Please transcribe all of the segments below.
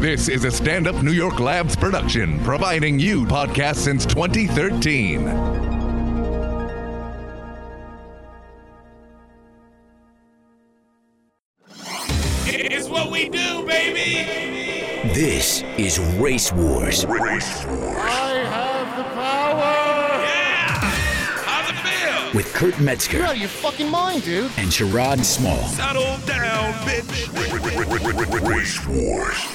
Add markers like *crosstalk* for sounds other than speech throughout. This is a stand up New York Labs production, providing you podcasts since 2013. It's what we do, baby. This is Race Wars Yeah. How's it feel? with Kurt You're Metzger out of your fucking mind, dude. and Sherrod Small. Settle down, bitch. Race Wars.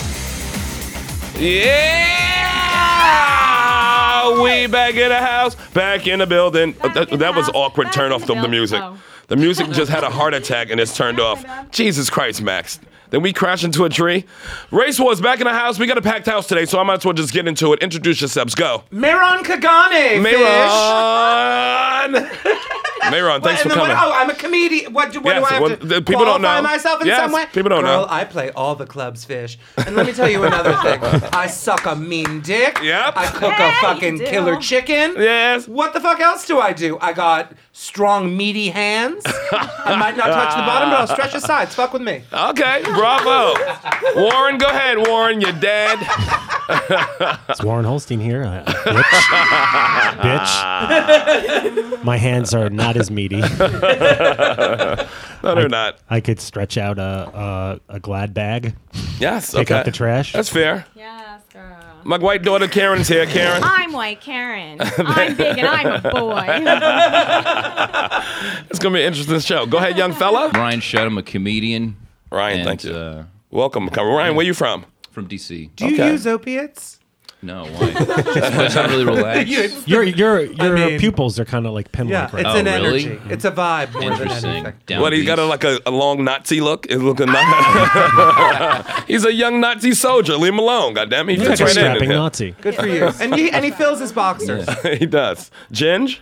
Yeah. We back in the house, back in the building. Uh, that, in that the was house, awkward. back Turn in off the the, the building. music. Oh. The music just had a heart attack and it's turned off. Jesus Christ, Max. Then we crash into a tree. Race Wars back in the house. We got a packed house today, so I might as well just get into it. Introduce yourselves. Go. Mehran Kagane. Fish. *laughs* Mayron. Mayron, What- Oh, thanks for and then what- coming. oh, I'm a comedian. What, do- what Yes, do I have well, to the people don't qualify know. myself in Yes, some way? people don't Girl, know. I play all the clubs, fish. And let me tell you another *laughs* thing. I suck a mean dick. Yep. I cook Yeah, a you fucking do. killer chicken. Yes. What the fuck else do I do? I got strong, meaty hands. I might not touch the bottom, but I'll stretch the sides. Fuck with me. Okay, bravo. Warren, go ahead, Warren. You're dead. It's Warren Holstein here. Uh, bitch. bitch. My hands are not as meaty. No, they're not. I could stretch out a a, a glad bag. Yes. Pick okay. up the trash. That's fair. Yes, girl. My white daughter Karen's here. Karen. *laughs* I'm *laughs* white Karen. I'm big and I'm a boy. It's gonna be an interesting show. Go ahead, young fella. Ryan Shutt. I'm a comedian. Ryan, and, thank you. Uh, Welcome. Come- Ryan, where you from? from DC. Do you Okay. use opiates? *laughs* No, why? It's not really relaxed. Your your your mean- pupils are kind of like Yeah, pinlike it's right Oh, an really? energy. Hmm. It's a vibe more than Interesting. anything. Down What? He's got a, beast. like a, a long Nazi look. He's looking. Nazi. *laughs* he's a young Nazi soldier. Leave him alone. Goddamn, he now. fits Like a right in. *laughs* strapping in. Nazi. Good for you. And he, and he fills his boxers. here. he does. Ginge.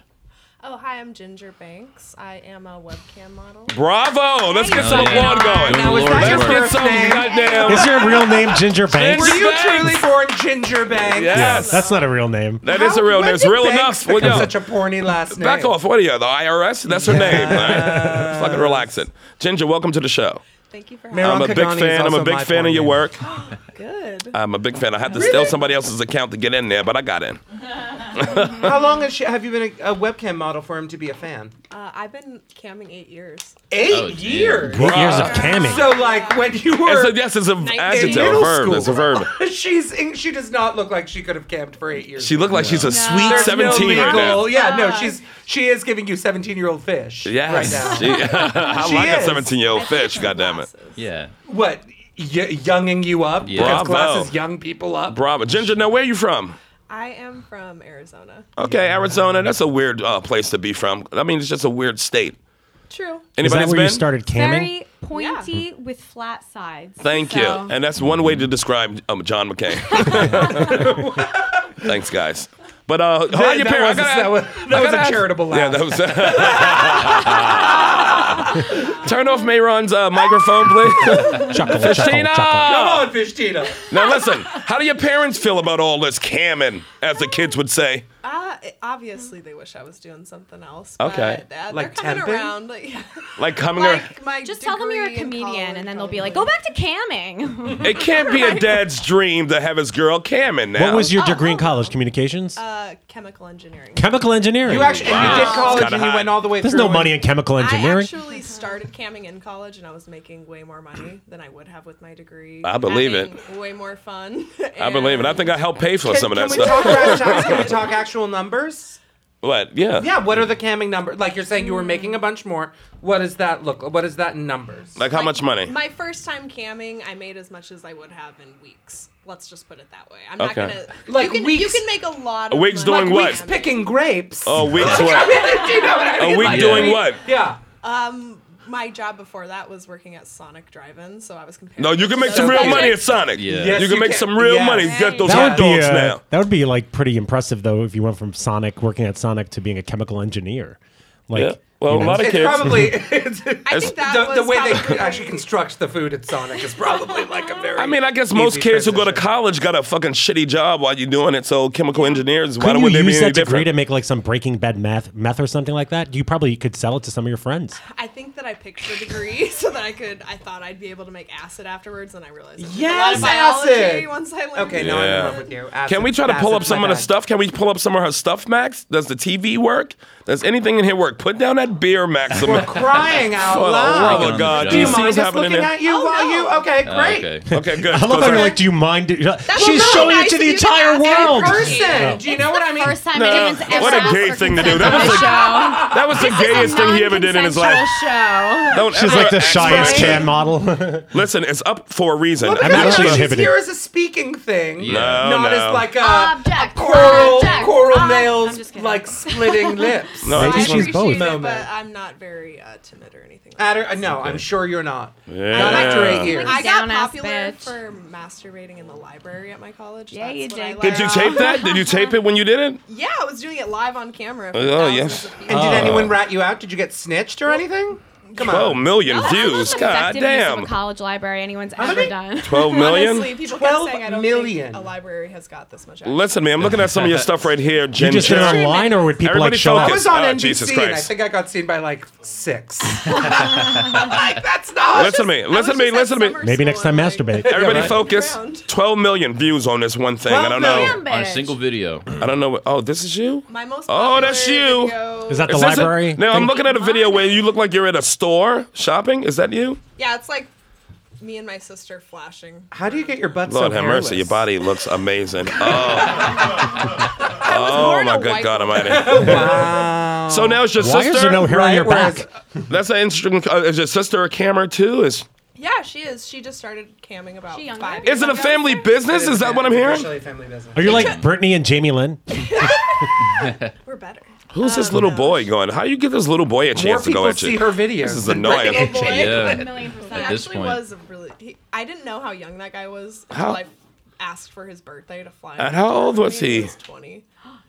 Oh, hi, I'm Ginger Banks. I am a webcam model. Bravo. Let's get Oh, some yeah. blood going. Doing the Now, is Lord's that your work. Get first some name? goddamn. Is your real name Ginger Banks? Were you Banks. truly born Ginger Banks? Yes. That's not a real name. That is a real name. It's real enough. Well, Become yo, such a porny last name. back off. What are you, the IRS? That's her name. All right. Fucking relax it. Ginger, welcome to the show. Thank you for Mary- I'm having a Ron big Kagani is fan. I'm a also big my fan of porn your name. work. me. Good. I'm a big fan. I had to steal somebody else's account to get in there, but I got in. How long has she, have you been a, a webcam model for him to be a fan? Uh, I've been camming eight years. Eight Oh, damn. years. Eight years of camming. Uh, So like when you It's were, a, yes, it's a Nineteen. adjective, a middle verb. It's a school. verb. she's in, she does not look like she could have camped for eight years. She looked like she's a sweet There's 17 no right legal- now. Yeah, no, she's she is giving you seventeen year old fish. Right Yes. now. She, *laughs* I She like a is. 17 year old I think fish, her goddammit. glasses. Yeah. What? Y- younging you up? Yeah. Because Bravo. glasses young people up. Bravo. Ginger, now where are you from? I am from Arizona. Okay, Arizona. That's a weird uh, place to be from. I mean, it's just a weird state. True. Is Anybody that where been? you started camming? Very pointy with flat sides. Thank you. So- And that's one way to describe um, John *laughs* McCain. *laughs* Thanks, guys. But uh, how are your that parents? was- I gotta- that was- I that was gotta a ask- charitable Yeah, laugh. that was. *laughs* Turn off Mayron's uh, microphone, *laughs* please. Chuckle, chuckle, chuckle. Come Christina! on, Fish Tina. *laughs* Now listen, how do your parents feel about all this camming, as the kids would say? Uh, it- obviously, they wish I was doing something else. Okay. But, uh, Like they're temping? coming around. *laughs* Like, *laughs* Like coming or like my Just tell them you're a degree in comedian, college and then they'll be like, "Go probably. back to *laughs* camming." it can't be a dad's dream to have his girl camming now. What was your degree in college? Communications? Oh. Uh, chemical engineering. Chemical engineering. You actually and you did college Kinda and you high. went all the way There's through. no and- money in chemical I engineering. actually started camming in college, and I was making way more money than I would have with my degree. I believe it. having Way more fun. I *laughs* believe it. I think I helped pay for some of Can that we stuff. talk brass tacks? *laughs* Can we talk actual numbers? What? Yeah. Yeah, what are the camming numbers? Like you're saying you were making a bunch more. What does that look What is that in numbers? Like how much money? My first time camming, I made as much as I would have in weeks. Let's just put it that way. I'm Okay. not gonna Like you can, weeks- You can make a lot of Weeks money doing camming. what? Weeks picking grapes. A *laughs* *laughs* week's what? Do you know what I mean? A week Like, doing what? Yeah. My job before that was working at Sonic Drive-In, so I was comparing. No, you can make those some real budgets. money at Sonic. Yeah. Yes, you can you make can. some real Yes. money. Get those That hot would be dogs uh, now. that would be like pretty impressive though if you went from Sonic working at Sonic to being a chemical engineer. Like Yeah. Well, a lot of It's kids. *laughs* probably *laughs* it's, I think that the, was the way they probably- actually construct the food at Sonic is *laughs* probably like a very. I mean, I guess most easy kids who go to transition. college got a fucking shitty job while you're doing it. So chemical engineers, why Couldn't would you they be use any that degree different? to make like some Breaking Bad meth, meth or something like that? You probably could sell it to some of your friends. I think that I picked the degree *laughs* so that I could. I thought I'd be able to make acid afterwards, and I realized I did Yes, a lot of biology acid. once I learned. Okay, it. now I'm Yeah. in love with you. Acid- Can we try to pull up acid's my some of the bag. stuff? Can we pull up some of her stuff, Max? Does the TV work? Does anything in here work? Put down that beer, *laughs* Maximum. We're *laughs* crying out For the loud. love of God. Do Do you you see mind what's just happening looking there? at you Oh, while no. you? Okay, Oh, great. okay. Okay, good. I love how Sorry. you're like, do you mind? it?" She's no, showing nice it to the of you to entire ask that world. Oh. person. Person, do you know what I mean? First time No, anyone's ever what a asked gay for thing to do. consent That on was this like- show. that was the gayest thing he ever did in his life. Non-consensual Show. Don't She's ever like the ask shyest for- can model. *laughs* Listen, it's up for a reason. Well, I but mean, I'm actually she's inhibited. here as a speaking thing, Yeah. No, not no. as like a, Uh, a Object. coral, Object. coral Ob- I'm just nails, kidding. *laughs* like splitting lips. No, I Maybe she's appreciate both. it, but Moment. I'm not very uh, timid or anything. Like At that. her- uh, no, I'm sure you're not. Yeah. Not after eight years. I got Down-ass popular bitch. for masturbating in the library at my college. Yeah, That's you what I did, Did you learned. tape that? Did you tape it when you did it? Yeah, I was doing it live on camera. For Oh, oh yes. yes. and did anyone rat you out? Did you get snitched or anything? Come on. 12 million views. Most God effective use of damn. a college library anyone's ever many? done. 12 million? Honestly, people Twelve kept saying I don't million. think a library has got this much. action. Listen, man, I'm looking at some of your stuff right here, You Jen. just did it Jen. online, or would people like Everybody show I up? focus. was on Oh, NBC Jesus and I Christ. think I got seen by like *laughs* six. like that's not. Listen to me. I was Listen to me. just at Listen to me. summer Maybe next school time and, masturbate. Everybody right. focus. Around. 12 million views on this one thing. I 12 don't know. million. on a single video. I don't know. what- Oh, this is you? My most Oh, that's popular you. video- Is that the Is this a- library? now, I'm thing? looking at a video where you look like you're at a store shopping. Is that you? Yeah, it's like me and my sister flashing. How do you get your butt so Lord have hairless? mercy. Your body looks amazing. Oh, I was oh born my a good white God woman. Almighty. Wow. So now it's your Why sister. is there no hair on Right, your whereas- back? That's an interesting. Uh, is your sister a camera too? Is Yeah, she is. She just started camming about She younger? five. is it a family business? Is that what I'm hearing? Officially family business. Are you like Brittany and Jamie Lynn? We're better. Who's this little boy going? How do you give this little boy a More chance to go people at see you? her videos. This is than Oh annoying. boy. Yeah. Million percent. He At this actually point. was a really. He, I didn't know how young that guy was until How- I asked for his birthday to fly. And how old was Maybe he? was Twenty.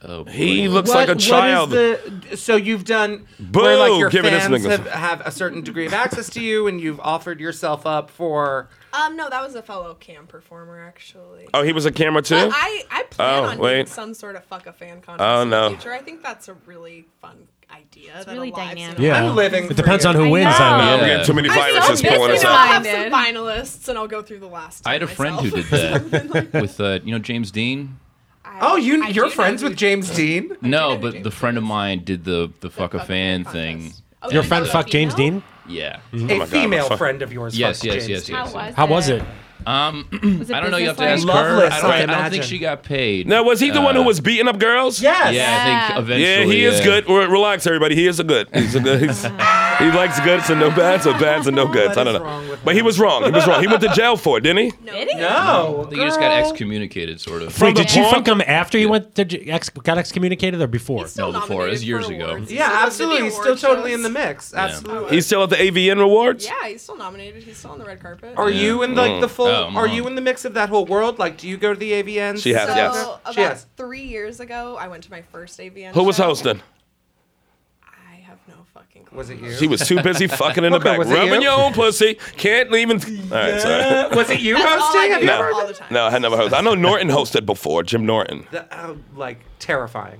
Oh, boy. He looks like a what is child. the- so you've done where like Boo, your give it this fans nigga. have, have a certain degree of access to you, and you've offered yourself up for. Um, no, that was a fellow cam performer actually. oh, he was a camera too. But I, I plan Oh, on wait. doing some sort of fuck a fan contest Oh, in no. the future. I think that's a really fun idea. It's really dynamic. *laughs* I'm living. It depends on who I wins. know. Oh, I we mean. Yeah. got too many I'm so viruses pulling us busy I'll out. have some Blinded. finalists, and I'll go through the last. I had a time friend who did myself. that with, uh, you know, James Dean. *laughs* I- Oh, you I you're do friends know with who- James Oh Dean. No, know but James the friend of mine did the the fuck a fuck a fan fan thing. contest. Oh, Your you friend know fuck the James female? Dean? Yeah. a my God, female fuck. friend of yours. Yes, fucked yes, James yes, Dean. How yes. was How was it? Was it I don't know. You have to ask business-like? her. Loveless, I don't, I I don't imagine. think she got paid. Now, was he the one who Uh, was beating up girls? Yes. Yeah, I think Yeah. Yeah, eventually. he is yeah. good. Re- Relax, everybody. He is a good. He's a good. *laughs* He's, he likes goods and no bads, or bads and no goods. I is don't wrong know. with But he him? was wrong. He was wrong. He went to jail for it, didn't he? Did he? No. I think he just got Oh, girl. excommunicated, sort of. Wait, did the you porn? fuck him after you went to j- ex- got excommunicated or before? He's still No, before, it was nominated years for ago. awards. He Yeah, still does the absolutely. He's still award totally shows. in the mix. Absolutely. He's still at the AVN Rewards. Yeah, he's still nominated. He's still on the red carpet. Oh, Are you in Mm. like the full? Oh, are mom. you in the mix of that whole world? Like, do you go to the AVNs? She has, mm. so yes. about She has. three years ago, I went to my first AVN. Who was show. hosting? I have no fucking clue. Was it you? She was too busy fucking in the Booker, back, was it rubbing you? your own pussy. Can't *laughs* even. All right, sorry. was it you That's all I hosting? Have do you No. ever? all the time. No, I had never hosted. I know Norton hosted before. Jim Norton. The, uh, like terrifying.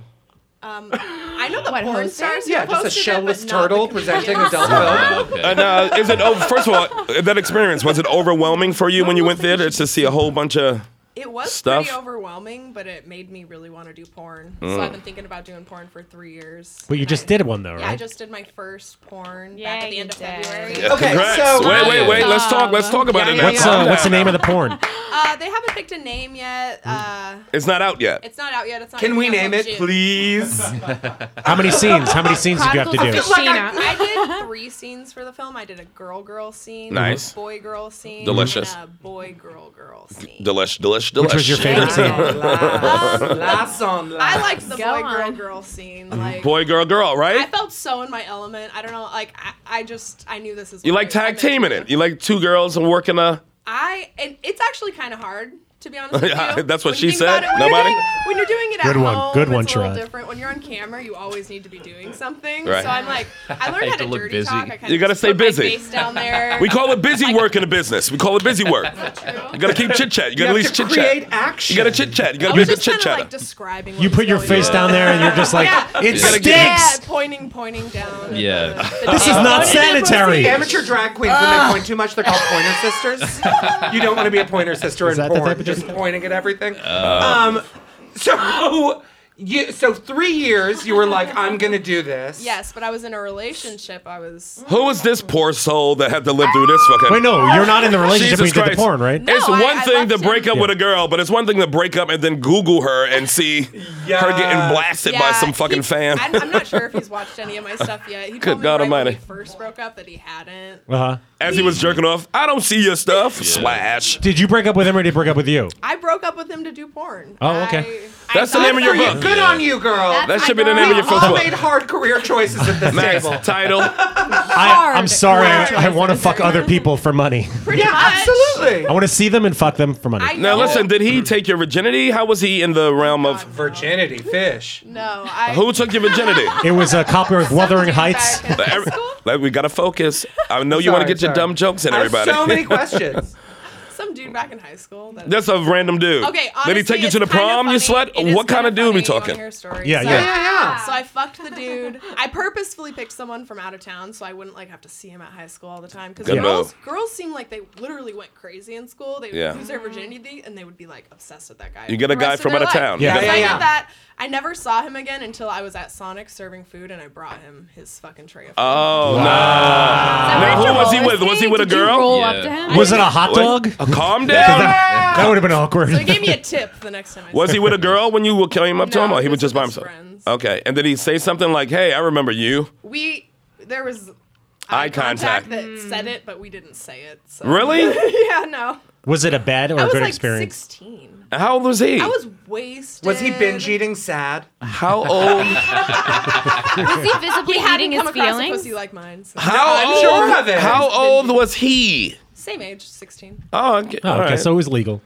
I know the What, porn hosting? stars. who Yeah, just a hosted it, but shellless not the turtle comedians. presenting adult film. Oh, Okay. Uh, now, is it? Oh, first of all, that experience was it overwhelming for you when you went there to to see a whole bunch of? It was stuff. Mm. pretty overwhelming, but it made me really want to do porn. So I've been thinking about doing porn for three years. But you And just I- did one though, Yeah, I right? just did my first porn back Yeah, at the you end of did. February. Okay, Congrats. so wait, wait, wait. Let's talk. Let's talk about Yeah, it. yeah, now. What's uh, what's the name of the porn? Uh, they haven't picked a name yet. Hmm. Uh, It's not out yet. it's not out yet. It's *laughs* not. Can gonna we be name out till it, June. please? How *laughs* many scenes? How many scenes did you have to do? Chronicles of Sheena. I did *laughs* three scenes for the film. I did a girl girl scene, Nice. a boy girl scene, Delicious. and a boy girl girl scene. Delish, delish, delish. Which was your favorite scene? *laughs* Last on I last. liked the Go boy girl on. girl scene. Like Mm-hmm. Boy, girl, girl, I right? felt so in my element. I don't know. Like I, I just I knew this is. You what like I- I tag meant to teaming do. it. You like two girls and working a. I and it's actually kind of hard To be honest, with *laughs* Yeah, you. that's what When she you think said. about it- when you're Nobody? doing- when you're doing it at Good one, home, good it's one, a little Sherrod. different. When you're on camera, you always need to be doing something. Right. So I'm like, I learned You how have to, to look dirty busy. talk. I kinda You gotta just stay put my busy. face down there. We call it *laughs* busy work in a business. We call it busy work. You gotta keep chit chat. You gotta You at have least to chit create chat. action. You gotta chit chat. You gotta I be a was good just chit kind of chatter. like describing. You put your face down there and you're just like, Yeah. it gotta stinks. get- Yeah, Uh, pointing, pointing down. at Yeah. *laughs* the- the This is not table. Don't do that, pussy. sanitary. Amateur drag queens, when they point too much, they're called pointer *laughs* sisters. You don't want to be a pointer sister Is in that the porn, type of just joke? pointing at everything. Um, so, you, so three years, you were like, I'm going to do this. Yes, but I was in a relationship. I was. Who is this poor soul that had to live through this fucking? Wait, no, you're not in the relationship when Jesus you did the Christ. porn, right? It's No, I- one I thing left to break him. up with a girl, but it's one thing to break up and then Google her and see her getting Yeah. blasted by some fucking he- fan. I'm, I'm not sure if he's watched any of my stuff yet. *laughs* He Good told me God right when Almighty. we first broke up that he hadn't. Uh-huh. As he was jerking off, I don't see your stuff. Slash. Did you break up with him or did he break up with you? I broke up with him to do porn. Oh, okay. I- I That's the thought name of your for you- book. Good on you, girl. That my should be the girl. name of your first all book. made hard career choices at this Max, table. title. I, I'm Hard. sorry. Hard. I, I want to fuck other people for money. Pretty Yeah, much. I absolutely. want to see them and fuck them for money. I Now know- listen, did he take your virginity? How was he in the realm of Virginity, fish. No, I. who took your *laughs* virginity? it was a copy of Wuthering Heights. Back in high Every- school, like, we gotta focus. I know you want to Sorry, get your sorry. dumb jokes in, I have everybody. so many questions. Some dude back in high school. *laughs* That, That's a random dude. okay. did he Honestly, take you to the it's kinda prom? You slut. funny. It is What kind kinda of dude we funny. You wanna talking? hear stories. Yeah, So- yeah. Yeah, yeah. So I fucked the dude. I purposefully picked someone from out of town so I wouldn't like have to see him at high school all the time because Good girls move. girls seem like they literally went crazy in school. They would Yeah. lose their virginity and they would be like obsessed with that guy. You get a the guy rest from their out of life. town. You Yeah, So get- I yeah, yeah. did that. I never saw him again until I was at Sonic serving food and I brought him his fucking tray of food. Oh Now, who was he with? Was he with a Did you girl? roll Yeah. up to him? Was it a hot dog? no! *laughs* Calm That, down. would have been awkward. so he gave me a tip the next time I Was saw he him. with a girl when you came up to him, No, or he was this just was by his himself? friends. Okay. And did he say something like, "Hey, I remember you"? We there was Eye contact. that said Mm. it, but we didn't say it. So. Really? *laughs* yeah, no. Was it a bad or a I was good like Oh, experience? 16. How old was he? I was wasted. Was he binge eating sad? How *laughs* old? Was he visibly He hadn't hating his come across a feelings? pussy like mine. so- How I'm sure of it. How old was he? Same age, 16. Oh, okay. Oh, all okay, right. so it was legal.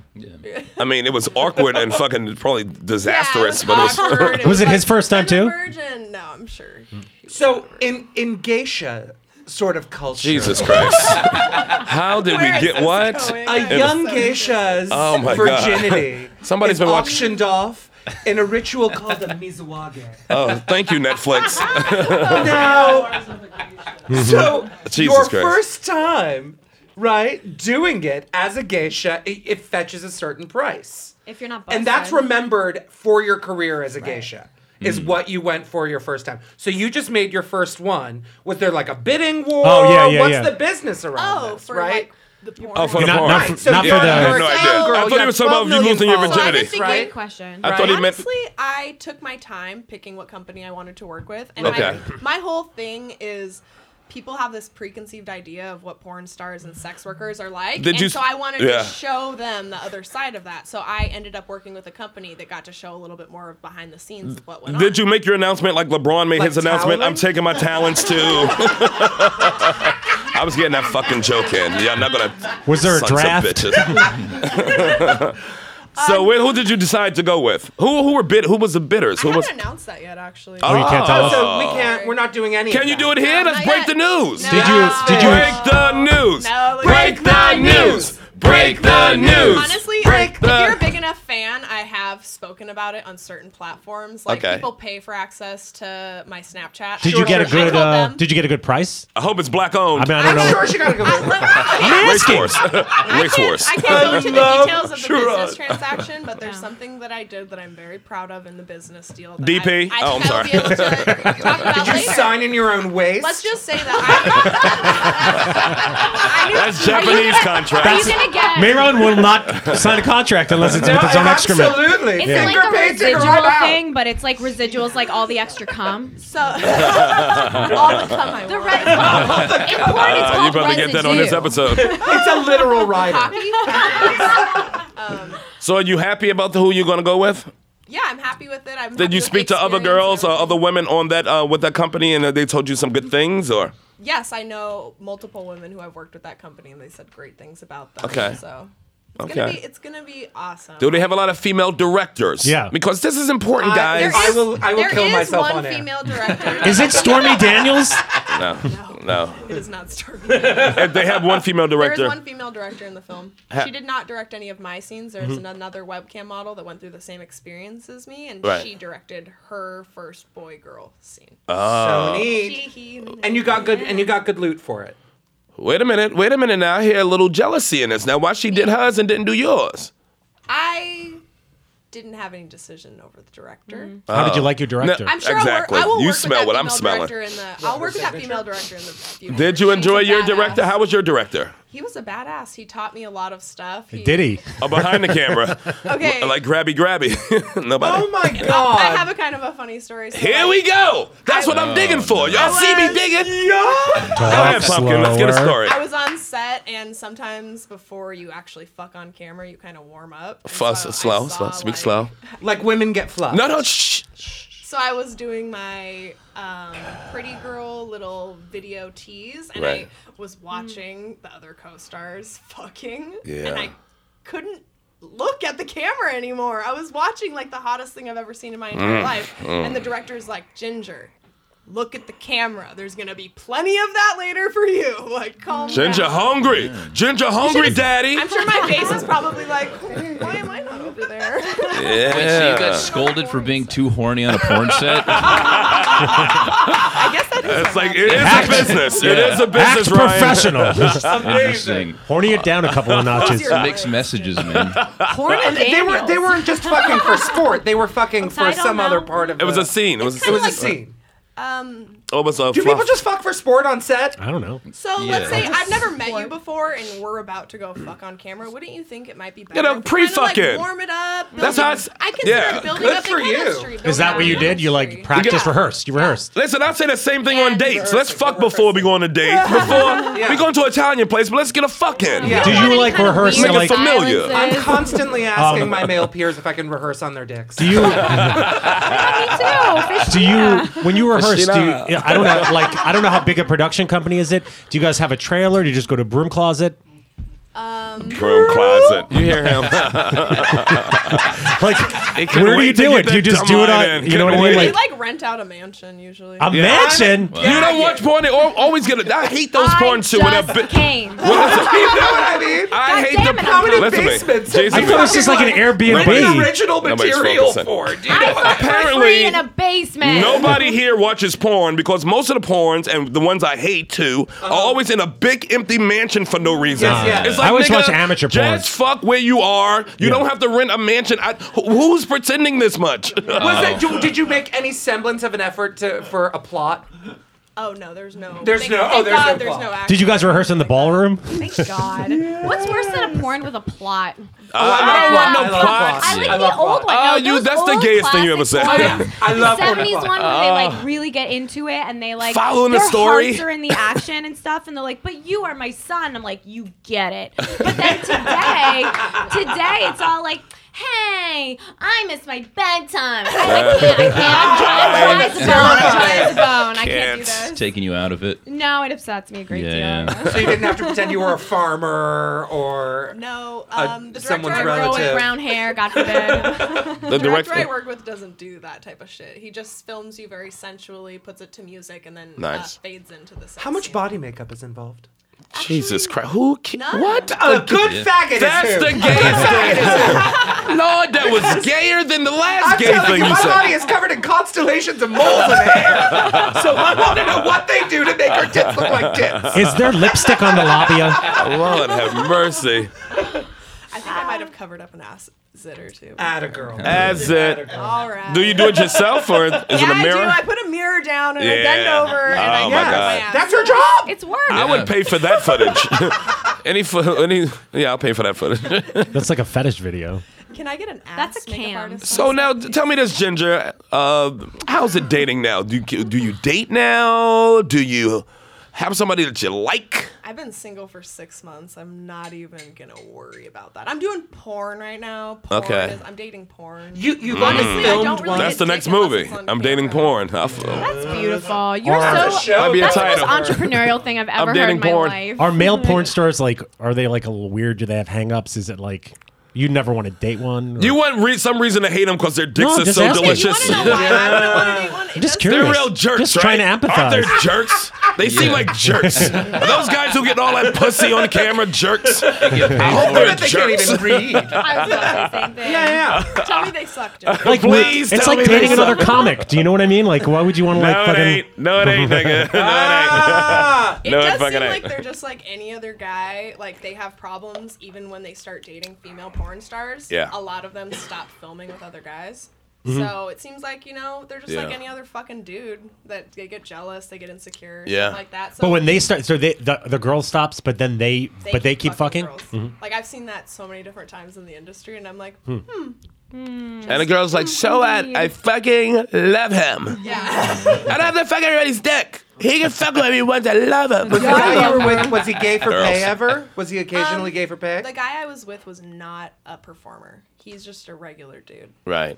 I mean, it was awkward and fucking probably disastrous, but it was. awkward. Was it his first time, I'm a too? Virgin? No, I'm sure. So in in geisha sort of culture, Jesus Christ! How did we Where is get this what? going? a I'm young so- geisha's Oh my God. virginity *laughs* Somebody's is been watching- auctioned off in a *laughs* ritual called a mizuwage. Oh, thank you, Netflix. *laughs* now, so Oh. Jesus your Christ. first time, right, doing it as a geisha, it, it fetches a certain price, If you're not busted. and that's remembered for your career as a geisha. Mm. Is what you went for your first time. So you just made your first one. Was there like a bidding war? Oh, yeah, yeah, What's yeah. the business around Oh, this, for right? like the porn. Oh, for the Not- porn. not for- So So not you're a for the- I had no young idea. girl, I thought he you was talking have about you 12 losing your So I million virginity. was followers, thinking Right? question. I thought he meant. Honestly, I took my time picking what company I wanted to work with, and Okay. my, my whole thing is people have this preconceived idea of what porn stars and sex workers are like, Did and you- so I wanted yeah. to show them the other side of that. So I ended up working with a company that got to show a little bit more of behind the scenes of what went on. Did you make your announcement like LeBron made Like his announcement? I'm Talon? taking my talents *laughs* to. I was getting that fucking joke in. Yeah, I'm not gonna. Was there a sons of draft? *laughs* bitches. *laughs* so wait, who did you decide to go with? Who who were bid? Who was the bidders? I Who haven't was? announced that yet, actually. Oh, you can't tell us. So we can't. We're not doing any. Can you do it here? Let's Not break yet. the news. No. Did you? Did you? Break the news. No, Break the like- news. Break the news. Honestly, Break if, the- if you're a big enough fan, I have spoken about it on certain platforms. Like Okay. people pay for access to my Snapchat. Did you get a I good? told Uh, them- did you get a good price? I hope it's black owned. I mean, I don't I'm know. sure she got to go. Race horse. *laughs* Race horse. I can't go into the love details of the Sherrod. business transaction, but there's something that I did that I'm very proud of in the business deal. That DP? I, I Oh, I'm think I'll sorry. Be *laughs* able to talk about You later. sign in your own waist. Let's just say that I. I knew- That's Japanese contract. Are you gonna get? Mayron will not sign a contract unless it's with its own excrement. Absolutely. Is Finger it like a painting residual her right out. thing? But it's like residuals, like all the extra *laughs* cum. *laughs* So *laughs* all the time I The the res- in porn, it's Uh, you called better get that on this residue. episode. It's a literal *laughs* rider. *laughs* so, are you happy about the who you're gonna go with? *laughs* Yeah, I'm happy with it. I'm Did happy you with speak the to other experience girls and or other everything. women on that uh, with that company, and that they told you some good things, or Yes, I know multiple women who have worked with that company, and they said great things about them. Okay. So It's gonna Okay. be it's gonna be awesome. Do they have a lot of female directors? Yeah. Because this is important, guys. I will- I will Uh, there kill is myself one on air. *laughs* female director. Is it *laughs* Stormy Daniels? no. It is not Stormy. If they have one female There is director. one female director in the film. She did not direct any of my scenes. There's Mm-hmm. an- another webcam model that went through the same experience as me, and Right. Uh, she directed her first boy girl scene. Oh. So she, neat. he, And you got good. And you got good loot for it. Wait a minute. Wait a minute. Now I hear a little jealousy in this. Now why she did hers and didn't do yours? I didn't have any decision over the director. How did you like your director? I'm sure Exactly. I'll work, I will You work smell with that what I'm female smelling. Director in the, I'll work with that female director in the future. Did you She's enjoy a your badass. director? How was your director? He was a badass. He taught me a lot of stuff. Did he? Uh, behind the camera. Okay. like grabby *laughs* grabby. Nobody. Oh my I god. have a kind of a funny story. So Here like, we go. That's what I'm digging for. Y'all see me was- digging? Go ahead, pumpkin. Let's get a slower. story. I was on set, and sometimes before you actually fuck on camera, you kind of warm up. And Fuss, so I slow, saw, slow. Speak like- slow. like women get fluffed. No, no. Shh. So I was doing my um, pretty girl little video tease, and Right. I was watching the other co-stars fucking, Yeah. and I couldn't look at the camera anymore. I was watching like the hottest thing I've ever seen in my Mm, entire life, and the director's like, "Ginger, look at the camera. There's gonna be plenty of that later for you. *laughs* Like, calm Ginger down." hungry. Ginger hungry, daddy. I'm sure my *laughs* face is probably like, why am I not over there? Wait, so you Yeah. got scolded for being too horny on a porn set? *laughs* I guess that is. It's like it is a business. It is a business, Act Ryan. *laughs* professional. *laughs* Just Interesting. horny it down a couple of notches. Your- Mixed messages, man. Horny And they were they weren't just fucking for sport. They were fucking for Upside down some other mountain. part of It was the- a scene. It was. It was a like- scene. It was a. Do people fluff. just fuck for sport on set? I don't know. Um, So let's say Yeah. I've never met you before, and we're about to go fuck on camera. Wouldn't you think it might be better? know, if we kinda, like, pre-fucking. warm it up. build That's it how up? it's- I can yeah. start building Good up the for you. chemistry, building Is that what up you the did? You like chemistry. practiced, rehearsed. You rehearsed. Listen, I say the same thing on And dates. Let's rehearsing, fuck rehearsing. before we go on a date. Before *laughs* we go into an Italian place, but let's get a fuck in. Yeah. Did you like rehearse Make it like? familiar. I'm constantly asking Um, my male peers if I can rehearse on their dicks. Do you *laughs* do you when you rehearse? Do you, Christina. yeah, I don't know. Like I don't know how big a production company is it. Do you guys have a trailer? Do you just go to broom closet? Broom closet. *laughs* You hear him? *laughs* Like couldn't where do wait you to do get it? Do that you just dumb do it line on? in. You know what I Couldn't mean? wait. We Like like rent out a mansion usually. a mansion. You don't watch porn. They all, always get it. I hate those porn too. When a just bi- came. *laughs* you know what I mean? I God hate damn the it, I'm How many Listen to me. basements? Jay-Z I thought it was just like an Airbnb. Written original Nobody's material focusing. for. Do you know what? Apparently, in a basement. Nobody here watches porn because most of the porns and the ones I hate too are always in a big empty mansion for no reason. Yes, yes. It's like I always nigga, watch amateur porn. Just fuck where you are. You Yeah. don't have to rent a mansion. I, wh- who's pretending this much? *laughs* Was that, do- did you make any semblance of an effort to for a plot? Oh no, there's no. There's thank, no- oh, there's Thank no God, there's plot. no. Action. Did you guys rehearse in the ballroom? Thank God. What's worse than a porn with a plot? I don't want no I love plots. I like I the love old plot. one. Oh, No, you- those that's the old gayest thing you ever classic said. ones. *laughs* Yeah, I love the porn '70s plot. one where they like really get into it and they like Following the their story. Hearts are in the action and stuff, and they're like, "But you are my son." I'm like, "You get it." But then today, today it's all like. Hey, I miss my bedtime. I like, can't, I *laughs* can't. I'm dry as a bone. I'm dry as a bone. I can't do Can't. this. Taking you out of it. No, it upsets me a great Yeah, deal. yeah. So you didn't have to pretend you were a farmer or No. Um, the director Uh, someone's I Girl work relative. with brown hair, God forbid. The The director I director- work with doesn't do that type of shit. He just films you very sensually, puts it to music, and then Nice. uh, fades into the. Sex how much scene. body makeup is involved? Jesus Christ. Who? Ca- None. What? A good faggot is That's who? the gayest thing. Lord, Oh, that was gayer than the last I'm gay telling thing you, you my said. body is covered in constellations of moles in the hair. *laughs* So I want to know what they do to make her tits look like tits. Is there lipstick on *laughs* the labia? Lord have mercy. I think I might have covered up an ass zitter too. Atta girl. That's it. All right. Do you do it yourself or is it yeah, a mirror? I do. I put a mirror down and I Yeah. bend over and I Oh, cover my my God. ass. That's her job. It's work. I would pay for that footage. *laughs* any, fo- any, yeah, I'll pay for that footage. That's like a fetish video. Can I get an ass That's a makeup cam. artist? so now, t- tell me this, Ginger. Uh, how's it dating now? Do you, do you date now? Do you have somebody that you like? I've been single for six months. I'm not even gonna worry about that. I'm doing porn right now. Porn Okay. is- I'm dating porn. You you've already Mm. Honestly, I don't filmed really one. That's the Dick next unless movie. it's on I'm dating camera. porn. I f- That's beautiful. You're That's a so. show. That'd be a That's the most title. entrepreneurial thing I've ever heard dating in my porn. life. Are *laughs* male porn stars like? Are they like a little weird? Do they have hangups? Is it like you never want to date one? or- You want re- some reason to hate them because their dicks No, are just so ask me. You delicious. wanna know why I wouldn't wanna date one? It I'm just does- *laughs* curious. They're real jerks, Just right? trying to Aren't empathize. they jerks? They seem Yeah. like *laughs* jerks. Are those guys who get all that pussy on camera jerks? I hope I they're bet they can't jerks. *laughs* even read. I was about to say *laughs* the same thing. Yeah, yeah. Tell me they *laughs* suck, Joe. Like, Please it's tell like me they dating another suck. comic. Do you know what I mean? Like, why would you want to like No, it fucking? ain't. No, it ain't, *laughs* nigga. No, Ah, it ain't. It No, it does seem fucking like ain't. they're just like any other guy. Like they have problems even when they start dating female porn stars. Yeah. A lot of them stop filming with other guys. Mm-hmm. So it seems like you know they're just like Yeah. any other fucking dude that they get jealous, they get insecure, Yeah. yeah, like that. So But when they start, so they the, the girl stops, but then they, but they keep fucking. Mm-hmm. girls. Like I've seen that so many different times in the industry, and I'm like, Hmm. And the girl's like, so what? I fucking love him. *laughs* yeah, I don't have to fuck everybody's dick. He can fuck with me once I love him. the guy you were with was he gay for Girls. pay ever? *laughs* Was he Um, occasionally gay for pay? the guy I was with was not a performer. He's just a regular dude. Right.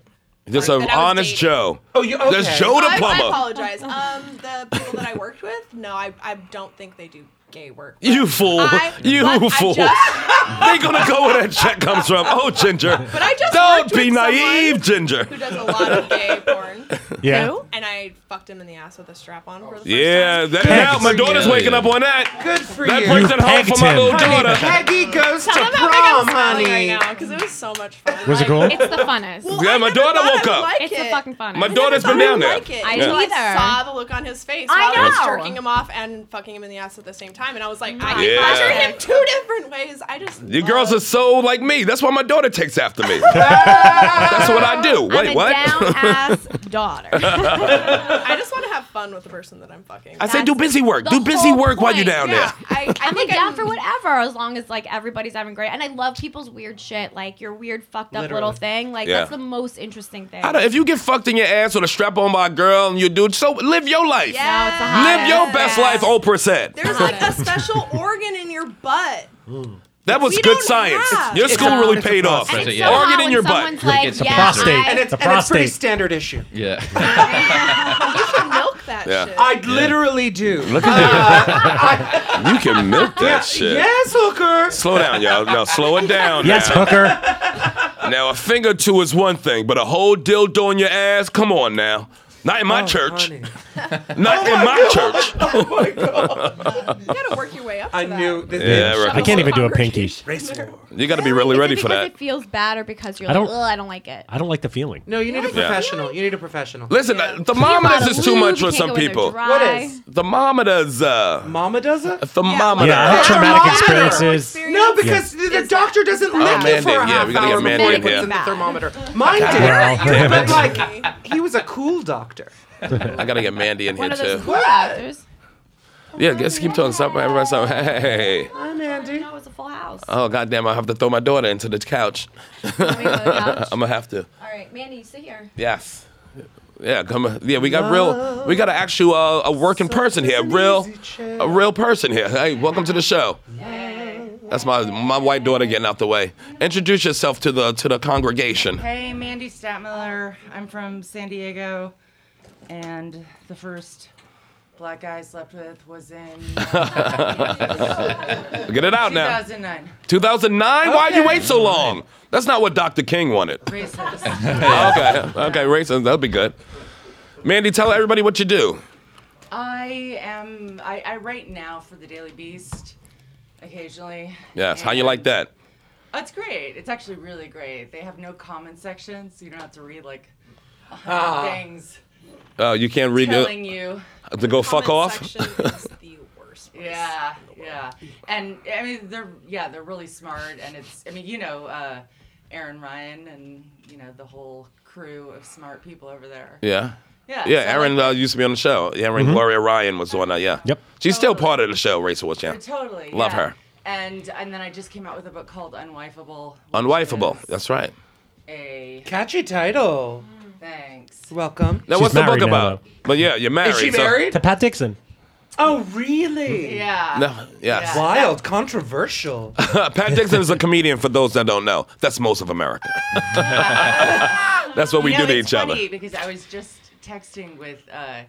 Just Right, an that I was honest dating. Joe. oh, you okay? There's Joe the I, I plumber. apologize. Um, the people that I worked with, no, I, I don't think they do gay work. You fool. I- you but I fool. just- they gonna go where that check comes from. Oh, Ginger. but I just Don't worked be with someone naive, Ginger. *laughs* Who does a lot of gay porn, Yeah. Who? and I fucked him in the ass with a strap on for the first Yeah, time. that, now my daughter's Yeah. waking up on that. Good for That you. brings it home pegged for my him. little honey, daughter. Peggy goes to Tell him how big prom, I'm smiling right honey. now because it was so much fun. Was it cool? It's the funnest. Yeah, my daughter woke up. it's the fucking funnest. My daughter's been down there. Like it. I until didn't I either. saw the look on his face I while I, was know. jerking him off and fucking him in the ass at the same time, and I was like, I Yeah. can pleasure him two different ways. I just You girls are love- so like me. That's why my daughter takes after *laughs* me. That's what I do. I'm Wait, a what? *laughs* down ass daughter. I just want to have fun with the person that I'm fucking. I say do That's busy work. the Do busy whole work while you're down point. yeah, there. I, I I'm like think down for whatever, as long as like everybody's having great. And I love people's weird shit, like your weird fucked up little Literally. thing. Like Yeah. that's the most interesting thing. I don't, if you get fucked in your ass with a strap on by a girl and you dude, so live your life. Yeah. No, it's the Live hottest. your best life, oh, Oprah said. There's like a special organ in your butt. That was we good don't science. have- Your It's school a- really it's a paid off. And That's it's it, so yeah. hot Organ when in your butt. someone's Like, it's a yeah, prostate. I- And it's The and it's pretty prostate. standard issue. Yeah. You can milk that Yeah. shit. *laughs* I literally do. Look at you. you can milk that shit. Yes, hooker. Slow down, y'all. Now slow it down. *laughs* Yes, now. hooker. Now a finger or two is one thing, but a whole dildo in your ass. Come on now. Not in Oh, my church. Oh, Honey. Not in my church. You gotta work your way up. *laughs* To I that. knew this. Yeah, right. I can't even do a pinky. You got to be really Is it ready for because that. It feels bad, or because you're I like, don't- Ugh, I don't like it. I don't like the feeling. No, you need a professional. You need a professional. Listen, uh, thermometers is too much for some people. What is? Thermometers, uh, Mama does it? thermometer. Yeah, I had Thermometer. traumatic experiences. No, because the- the doctor doesn't lick Mandy, you for Oh, yeah, a half we gotta get hour Mandy before he in puts here. in the *laughs* thermometer. Mine did, Well, damn but it. like he was a cool doctor. I gotta get Mandy in here One *laughs* of those too. cool actors. Yeah, just keep talking. Stop, everybody. Stop. Hey, hey, hey. Hi, Mandy. No, it's a full house. Oh goddamn! I have to throw my daughter into the couch. Let me go to the couch. *laughs* I'm gonna have to. All right, Mandy, you sit here. Yes. Yeah, come on. Yeah, we got real. We got an actual uh, a working person here. Real, easy chair. a real person here. Hey, welcome to the show. That's my my white daughter getting out the way. Introduce yourself to the to the congregation. Hey, Mandy Statmiller. I'm from San Diego, and the first black guy I slept with was in *laughs* uh, Get it out now. 2009. 2009. Why you wait so long? That's not what Dr. King wanted. *laughs* Racist. okay, okay, racist. That'll be good. Mandy, tell everybody what you do. I am. I, I write now for the Daily Beast, occasionally. Yes, how you and- like that? Oh, It's great. It's actually really great. They have no comment section, so you don't have to read like a hundred Ah. things Oh, you can't read telling it you. to go fuck Comment off. section *laughs* is the worst. place. Yeah, yeah, and I mean they're yeah they're really smart, and it's I mean you know uh, Aaron Ryan and you know the whole crew of smart people over there. Yeah. Yeah, Yeah, so, Aaron like, uh, used to be on the show. Aaron Gloria Ryan was on. Uh, yeah. Yep. She's still part of the show, Race Wars they're Champ. totally uh, Love yeah. her. And and then I just came out with a book called Unwifeable. which Unwifeable. is That's right. A Catchy title. thanks. Welcome. Now, She's what's the book married now, about? But yeah, you're married. Is she so- married? To Pat Dixon. Oh, really? Yeah. No, yes. Yeah. Wild, controversial. *laughs* Pat Dixon is a comedian. For those that don't know, that's most of *laughs* America. that's what we You do know, to it's each other. funny Because I was just texting with uh,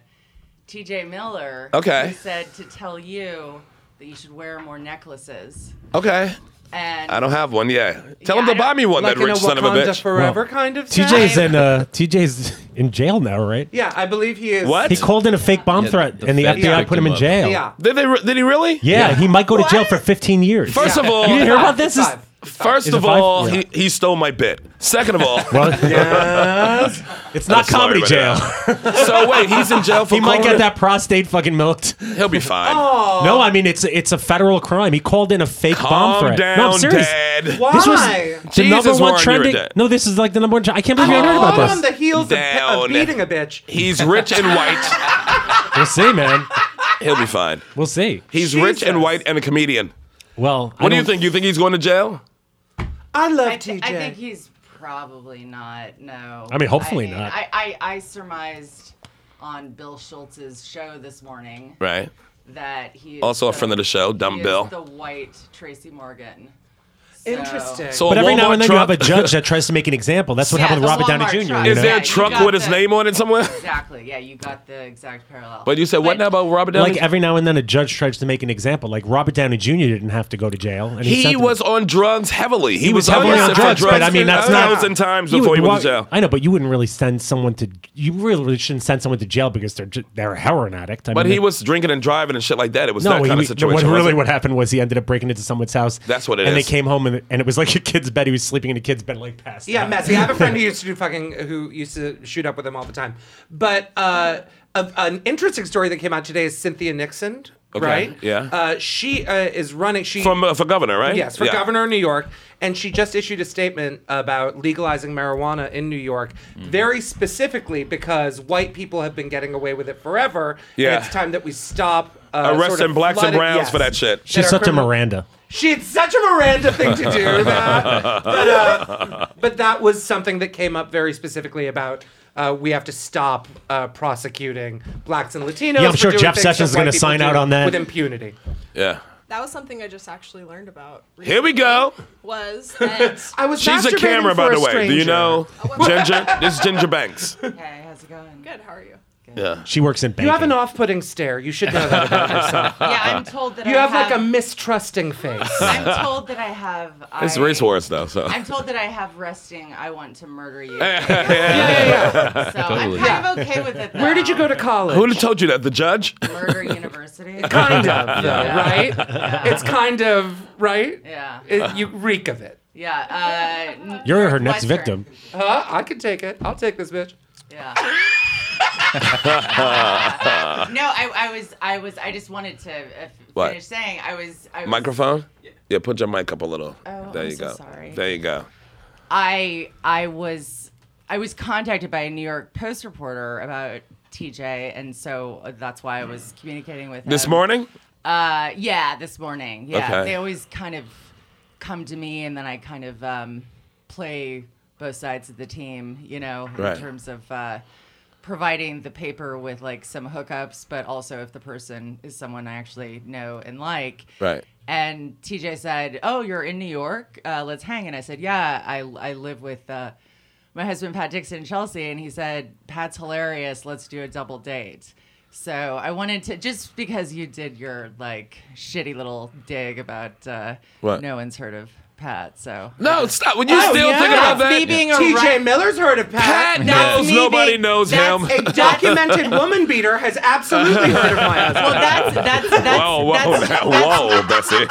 T.J. Miller. Okay. He said to tell you that you should wear more necklaces. Okay, And I don't have one. Yeah, tell Yeah, him to I buy don't- me one. like that in a rich son of a Wakanda bitch. forever Well, kind of TJ's thing? in uh, TJ's in jail now, right? Yeah, I believe he is. What? He called in a fake bomb Yeah, threat, the and the feds FBI picked put him him in up. jail. Yeah. Did they? Re- did he really? Yeah, he might go to jail for 15 years. First of all, you didn't hear about this? Is Five. First Is it of five? all, Yeah. he, he stole my bit. Second of all, *laughs* well, it's not I'm sorry comedy about uh, jail. *laughs* that. so wait, he's in jail for he might get calling that prostate fucking milked. it? He'll be fine. No, I mean it's it's a federal crime. He called in a fake bomb Calm threat. down, no, I'm serious. Dad. Why? This was the Jesus, number Warren, one you were trending. dead. No, this is like the number one. tre- I can't believe you haven't heard All about on this. the heels of, pe- Down. of beating a bitch. He's rich and white. We'll see, man. He'll be fine. We'll see. He's rich and Jesus. white and a comedian. Well, I What do you don't- think? You think he's going to jail? I love I, th- TJ. I think he's probably not. No. I mean, hopefully not. I, I, I surmised on Bill Schultz's show this morning Right. that he is Also a the- friend of the show, Dumb he is Bill. the white Tracy Morgan. So- Interesting. So But a every Walmart now and then truck, you have a judge that tries to make an example. That's what Yeah, happened with the Robert Downey Walmart Jr. truck. *laughs* you is know? there Yeah, a you truck got with his that. name on it *laughs* somewhere? Exactly. Yeah, you got the exact parallel. But you said what But- now about Robert Downey? Like every now and then a judge tries to make an example. Like Robert Downey Jr. didn't have to go to jail. And he, he sent him- was on drugs heavily. He, He was on heavily the on set for drugs, but I mean that's not. thousand times You before would he went to wa- jail. I know, but you wouldn't really send someone to. You really, really shouldn't send someone to jail because they're ju- they're a heroin addict. I But mean, he it- was drinking and driving and shit like that. It was No, that he, kind of no, situation. what really wasn't it? what happened was he ended up breaking into someone's house. That's what it it is. and is. they came home and, and it was like a kid's bed. He was sleeping in a kid's bed, like passed. Yeah, out. messy. I have a friend who used to do fucking who used to shoot up with him all the time. But uh, a, an interesting story that came out today is Cynthia Nixon, Okay, right? yeah. Uh, she uh, is running. She from uh, for governor, right? Yes, for Yeah. governor of New York. And she just issued a statement about legalizing marijuana in New York, Mm-hmm. very specifically because white people have been getting away with it forever. Yeah. And it's time that we stop. Uh, Arresting sort of blacks and flooding- browns yes. for that shit. she's are such a criminal- Miranda. She had such a Miranda thing to *laughs* do that. but, uh, but that was something that came up very specifically about uh, we have to stop uh, prosecuting blacks and Latinos. Yeah, I'm for sure doing Jeff things that Sessions is gonna white people sign do out on that. With impunity. Yeah. That was something I just actually learned about. *laughs* Here we go. Was that I was She's a masturbating camera, by for a the way. Do you stranger. *laughs* know Ginger? This is Ginger Banks. Hey, how's it going? good? How are you? Yeah. She works in banking. You have an off-putting stare. You should know that about yourself. Yeah, I'm told that You I have like a *laughs* mistrusting face. I'm told that *laughs* I have. It's I- race wars though, so. I'm told that I have resting. I want to murder *laughs* you. So Totally. I'm kind of okay with *laughs* it. Where did you go to though. college? Who told you that? The *laughs* judge? Murder University? kind *laughs* of, though, right? It's kind of right. Yeah. It- you reek of it. Yeah. Uh, n- You're her next Northwestern. victim. Huh? I can take it. I'll take this bitch. Yeah. *laughs* no, I, I was, I was, I just wanted to uh, What? finish saying I was. I was Microphone? Yeah, put your mic up a little. Oh, there I'm you so go. sorry. There you go. I I was I was contacted by a New York Post reporter about TJ, and so uh, that's why I was communicating with him This morning? Uh, yeah, this morning. Yeah, Okay. they always kind of come to me, and then I kind of um, play both sides of the team, you know, Right. in terms of. Uh, providing the paper with like some hookups but also if the person is someone i actually know and like Right. and TJ said, "Oh, you're in New York. Uh, let's hang." And I said, "Yeah, I I live with uh, my husband Pat Dixon in Chelsea." And he said, "Pat's hilarious. Let's do a double date." So I wanted to just because you did your like shitty little dig about uh, What? no one's heard of Pat. So No, stop. When you Oh, still yeah. thinking about that? That's me being a TJ rat- Miller's heard of Pat. Pat knows. Nobody knows him. *laughs* A documented woman beater has absolutely heard of my husband. Well, that's that's that's *laughs* Whoa, whoa, that's, now, whoa, Bessie.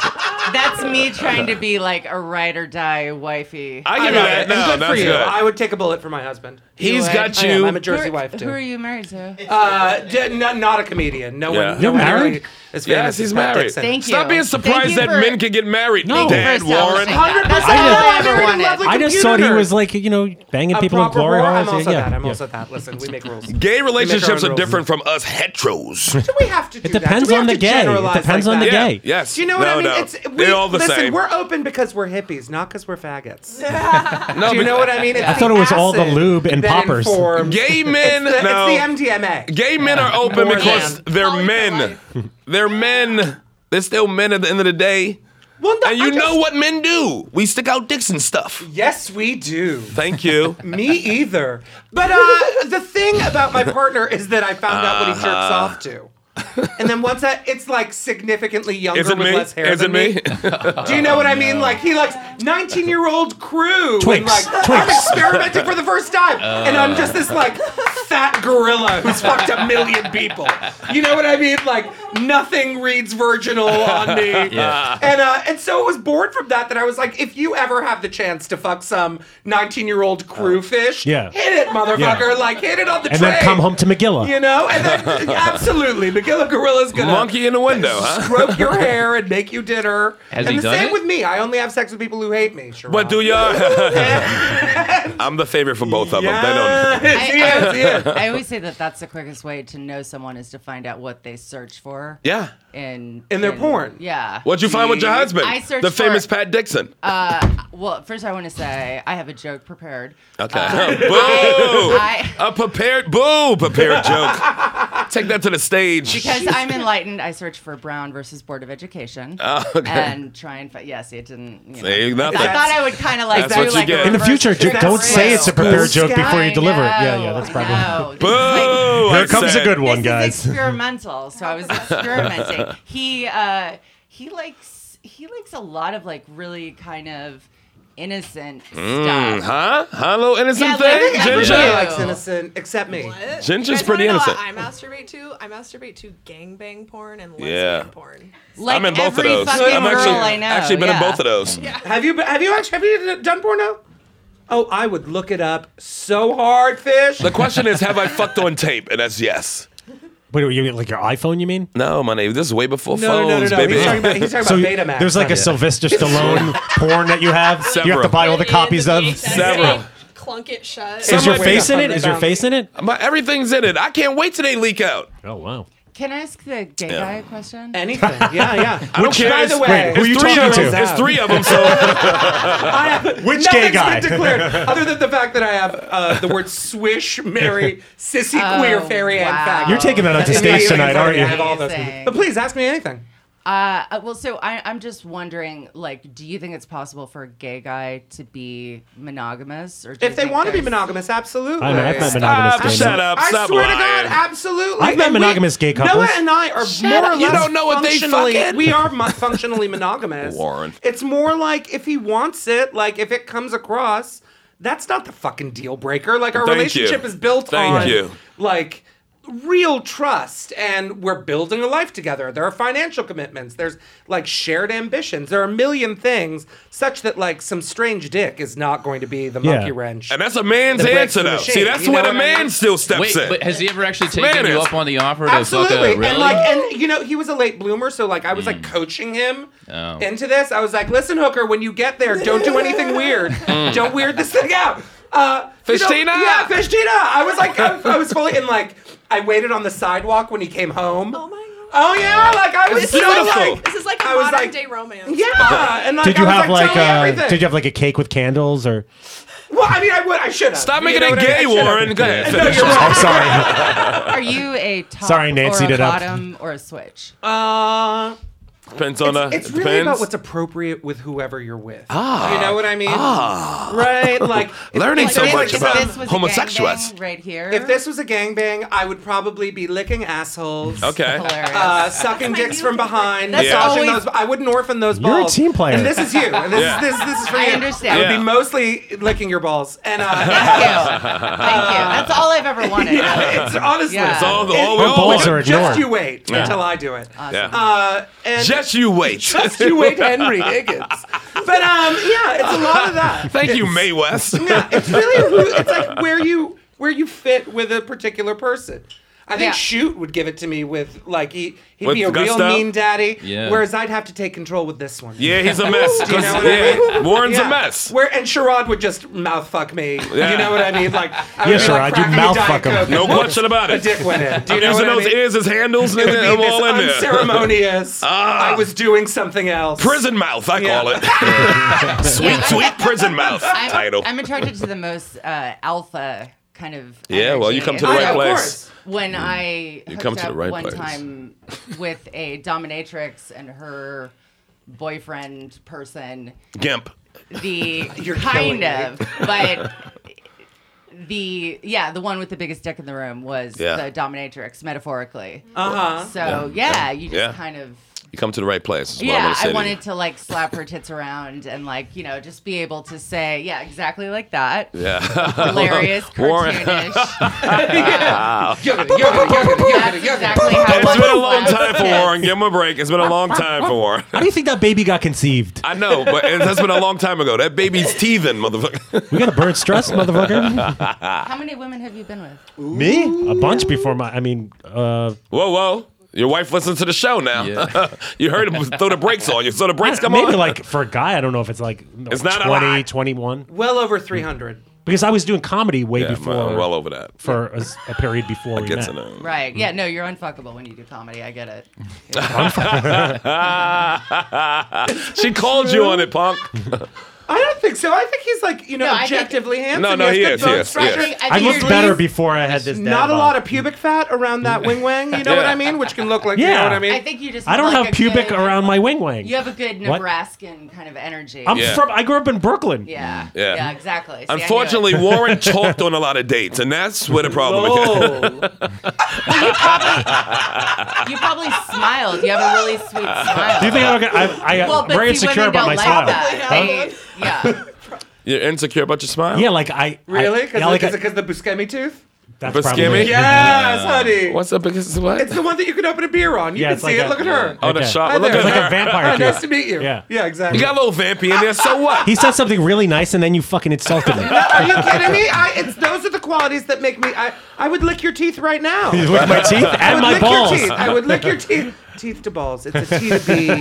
that's me trying to be like a ride or die wifey. I I give you love that. it. And No, good for that's you. I good. would take a bullet for my husband. He's would. got I am. you. I'm a Jersey who, wife too. Who are you married to? Uh, d- no- not a comedian. No Yeah. one. You're no one married? Really is famous Yes, as he's Pat married. Dixon. Thank you. Stop being Thank surprised you that for- men can get married. Thank you for Dad Warren. establishing that. That's all I just- I ever wanted. I just thought he was like, you know, banging a people in proper glory whore? holes. I'm also yeah, that. I'm yeah. also that. Listen, we make rules. Gay relationships are own rules. different from us heteros. Do we have to? Do It depends that? Do we on the have to gay. It generalize depends like on the that? yeah. gay. Yes. Do you know what No, I mean? no. It's we, They're all the listen, same. We're open because we're hippies, not because we're faggots. no, Do you but- know what I mean? It's I thought the it was all the acid lube and that poppers. informs- Gay men. *laughs* It's no. the MDMA. Gay men are open More because than. they're Always their men. They're men. They're still men at the end of the day. Well, no, And you I just- know what men do. We stick out dicks and stuff. Yes, we do. Thank you. *laughs* *laughs* Me either. But uh, the thing about my partner is that I found out what he jerks Uh-huh. off to. And then once I, it's like significantly younger Is it with me? less hair Is it than me? *laughs* Oh, Do you know what I mean? Like he likes 19 year old crew. Twix, And like I'm experimenting for the first time. and I'm just this like fat gorilla who's fucked a million people. You know what I mean? Like nothing reads virginal on me. And uh, and so it was born from that that I was like, if you ever have the chance to fuck some 19 year old crew fish, Yeah. hit it, motherfucker. Yeah. Like hit it on the And train. then come home to Megillah. You know, and then *laughs* absolutely, McGilla Gorilla's gonna Monkey in the *laughs* window, huh? stroke your hair and make you dinner. Has and he the done same it? with me. I only have sex with people who hate me. Sure. But do *laughs* y'all? *laughs* I'm the favorite for both of them. They don't. Yes, yes, yes. I always say that that's the quickest way to know someone is to find out what they search for. Yeah. In In their porn. Yeah. What'd you find with your husband? I searched the famous for- Pat Dixon. Uh, Well, first I want to say I have a joke prepared. okay. uh, *laughs* boo! I- A prepared boo prepared joke. Take that to the stage. Because I'm enlightened, I search for Brown versus Board of Education and try and find. Yeah, see, it didn't. You know. See, Oh, nothing. I thought I would kind of like That's do what you like a get. In the reverse future, ju- search. don't say it's a prepared Blue joke before sky. you deliver it. Yeah, No, yeah, that's I probably. *laughs* know. Boo! I Here comes a said. good one, this is guys. experimental, so *laughs* I was experimenting. he uh, he likes he likes a lot of like really kind of innocent Mm, stuff. Huh? Huh? Little innocent Yeah, like- thing? Ginger? Everybody Yeah. likes innocent except me. Ginger's Uh, You guys pretty wanna know what I masturbate to. I masturbate to gangbang porn and lesbian Yeah. porn. Like I'm in both of every those. fucking I'm actually, girl I know. actually been yeah. in both of those. Have you been- have you actually have you done porno? Oh, I would look it up so hard, fish. The question is, have I fucked on tape? And that's yes. Wait, you mean like your iPhone? You mean? No, my name. This is way before no, no, phones, no, no, no. baby. He's talking about, he's talking So about Betamax. there's like *laughs* a Sylvester Stallone porn that you have. You have Several. to buy all the copies of. Several. Clunk it shut. Is your Somebody- face in it? Is your face in it? My, everything's in it. I can't wait till they leak out. Oh wow. Can I ask the gay guy a question? *laughs* anything. Yeah, yeah. I don't Which, care. by the It's- way, wait, who you It's three talking of to? them. It's out. three of them. *laughs* So I have, *laughs* Which gay nothing's guy? Been declared, *laughs* other than the fact that I have uh, the word swish, Mary, sissy, queer, fairy, Oh, wow. and fag. You're taking that out to Yeah, stage yeah, tonight, yeah, aren't yeah, I have you? all those. Amazing. But please ask me anything. Uh, uh, well, so I, I'm just wondering, like, do you think it's possible for a gay guy to be monogamous, or do If you they think want to be there's- monogamous, absolutely. I know, I've met monogamous stop. gay Shut men. up. I Stop swear lying. to God, absolutely. I've met And we- monogamous gay couples. Noah and I are more or less. You don't know what they functionally- fucking- We are mo- functionally monogamous. Warren. It's more like if he wants it, like if it comes across, that's not the fucking deal breaker. Like our Thank relationship you. is built Thank on you. like real trust and we're building a life together there are financial commitments there's like shared ambitions there are a million things such that like some strange dick is not going to be the Yeah. monkey wrench and that's a man's breaks answer, in the though. shade, See, that's you know when what a I man mean? still steps Wait, in. but has he ever actually taken you Manners. up on the offer to Absolutely. fuck a really? And like and you know, he was a late bloomer, so like I was like coaching him Oh. into this. I was like, listen, hooker, when you get there, don't do *laughs* anything weird. Don't weird this thing out. Uh you know- Fishtina! yeah, Fishtina. I was like I, I was fully in like I waited on the sidewalk when he came home. Oh my god. Oh yeah, like I was This is so beautiful. like This is like a I was modern like- day romance. Yeah, and like Did you I was have like, like tell me uh, everything. did you have like a cake with candles or? Well, I mean, I would, I should have. Stop making it gay, Warren. Go ahead. *laughs* No, finish. you're right. *laughs* I'm sorry. Are you a top Sorry, Nancy or a did up. bottom or a switch? Uh, Depends on a. it's, it's really depends. about what's appropriate with whoever you're with. Ah, you know what I mean? *laughs* Right? Like if- Ah. Learning like, so if- much if about- um, this was homosexuals. a gangbang right here. If this was a gangbang, I would probably be licking assholes. *laughs* okay. hilarious. Uh, sucking dicks from behind, That's massaging always- those. I wouldn't orphan those You're balls. a team player. And this is you. And this, Yeah. is, this, this is for I you. understand. I would Yeah. be mostly licking your balls. *laughs* And Thank *laughs* uh, you. Thank you. That's all I've ever wanted. it's honestly, Yeah. It's all the- it- all we Her balls want. are just ignored. you wait until I do it. Yeah. Uh, and Just you wait. *laughs* just you wait, Henry Higgins. But um, yeah, it's a lot of that. Thank you, May West. *laughs* Yeah, it's really a, who- it's like where you where you fit with a particular person. I think Yeah. Shoot would give it to me with like he he'd With be a gusto? real mean daddy, Yeah. whereas I'd have to take control with this one. Yeah, he's a mess. 'cause- Do *laughs* you know what I yeah, mean? Warren's Yeah. a mess. Where and Sherrod would just mouth fuck me. Yeah. You know what I mean? Like I Yeah, would be like Sherrod, you cracking a mouth Diet fuck him. Coke no and question about The it. dick went in. Do you I'm know using what I those mean? ears as handles. It and would I'm be this all in there. *laughs* Ah. unceremonious. I was doing something else. Prison mouth, I Yeah. call it. *laughs* sweet, sweet prison mouth I'm, title. I'm attracted to the most uh, alpha kind of. yeah, well, you energy. come to the I- right of place. course. When I hooked Mm-hmm. come to up the right one place. time with a dominatrix and her boyfriend person, Gimp. *laughs* the You're killing kind me. of, but the yeah, the one with the biggest dick in the room was Yeah. the dominatrix, metaphorically. Uh huh. so yeah, you just Yeah. kind of You come to the right place. Is what yeah, I'm I saying. wanted to like slap her tits around and like you know just be able to say yeah exactly like that. Yeah. Hilarious, *laughs* Warren- cartoonish. Yugga, yugga, yugga, That's yugga, yugga. exactly how It's one *laughs* been a long slaps time for tits. Warren. Give him a break. It's been a long time for Warren. How do you think that baby got conceived? *laughs* I know, but it, that's been a long time ago. That baby's teething, motherfucker. *laughs* We got to *laughs* burn stress, motherfucker. How many women have you been with? Me? A bunch before my. I mean, uh, Whoa, whoa. Your wife listens to the show now. Yeah. *laughs* you heard him throw the brakes on you. So the brakes come maybe on. like for a guy, I don't know if it's like It's not a 20, lot. 21. Well over 300. Because I was doing comedy way yeah, I'm, before. I'm well over that. for a, s- a period before we Get met. to know. Right. Yeah. No, you're unfuckable when you do comedy. I get it. She called you on it, punk. I don't think so. I think he's like you know No, I think- objectively handsome. No, no, has he good is, he bone is, he structure. is. I think looked you're- better before I had this. Not a lot of pubic fat around that wing wang. You know Yeah. what I mean? Which can look like you Yeah. know what I mean. I think you just. I don't like have a pubic good- around my wing wang. You have a good What? Nebraskan kind of energy. I'm Yeah. from. I grew up in Brooklyn. yeah. Yeah. Yeah. exactly. See, I knew it. Unfortunately, *laughs* Warren talked on a lot of dates, and that's where the problem is. oh, you probably smiled. You have a *laughs* really sweet smile. Do you think I'm gonna, I, I, Well, am but very see, insecure about my women don't like smile? That. They, *laughs* yeah. You're insecure about your smile? Yeah, like *laughs* I really? I, Because yeah, like I, the Buscemi *laughs* tooth? that's Buscemi? probably- Yeah. Yes, honey. What's up? Because what? It's the one that you can open a beer on. You Yeah, can it's see like it. a- Look at her. oh, the Okay. shot. Hi Look at there. It's like her. a vampire. Hi, nice tooth. to meet you. Yeah. yeah, exactly. You got a little vampy in there, so *laughs* what? He said something really nice, and then you fucking insulted me. Are you kidding me? I, it's those are the qualities that make me. I, I would lick your teeth right now. You licked my teeth I and would my lick your balls. teeth. I would lick your teeth. Teeth to balls. It's a T to *laughs* B. you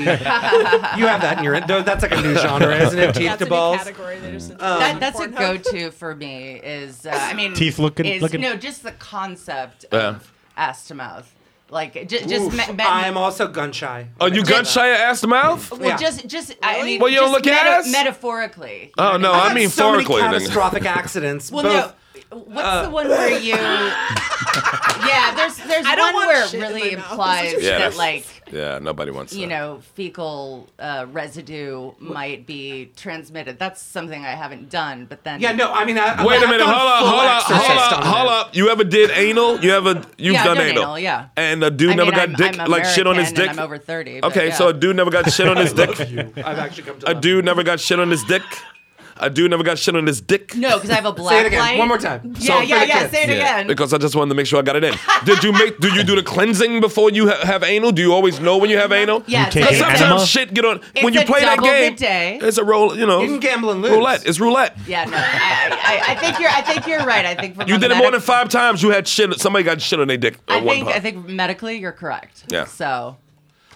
have that in your. That's like a new genre, isn't it? That's Teeth to a new balls. category. They just That, that's a go-to for me. Is uh, I mean, Um, Teeth looking- Is, looking- No, just the concept Yeah. of ass to mouth. Like just, just Oof, me- men- I'm also gun shy. Are Oh, you gun shy at ass to mouth? well, yeah. just just I mean, Well, you don't just look at meta- us? metaphorically. you Oh, know no, what I I've mean, had so many metaphorically, then. catastrophic accidents. Well, both. Uh. no. What's the one *laughs* where you? yeah, there's there's I don't one want where it shit in my really mouth. implies Yeah, that that's- like Yeah, nobody wants you that. know fecal uh, residue might be transmitted. That's something I haven't done, but then Yeah, no. I mean, I, Wait I've a minute, done hold up, full hold up, hold exorcist up, on hold it. up. You ever did anal? You ever you've Yeah, I've done, done anal. anal, yeah. And a dude I never mean, I'm- got dick I'm like shit on his American dick. and I'm over thirty. but okay, yeah. so a dude never got shit on *laughs* his dick. I've actually come to. A love dude never got shit on his dick. A dude never got shit on his dick. no, because I have a it. *laughs* Say black it again. light. One more time. So- Yeah, yeah, for the yeah. kids. Say it Yeah, again. Because I just wanted to make sure I got it in. Did you make? Do you do the cleansing before you ha- have anal? Do you always know when you have anal? Yeah, You it's take Because a- an sometimes enema? shit get on when It's you a play that double game. midday. It's a roll. You know, You can gamble and lose. roulette. It's roulette. Yeah, no, I, I, I think you're. I think you're right. I think from You a did it more than medic- five times. You had shit. Somebody got shit on their dick. at I one think. time. I think medically, you're correct. Yeah. So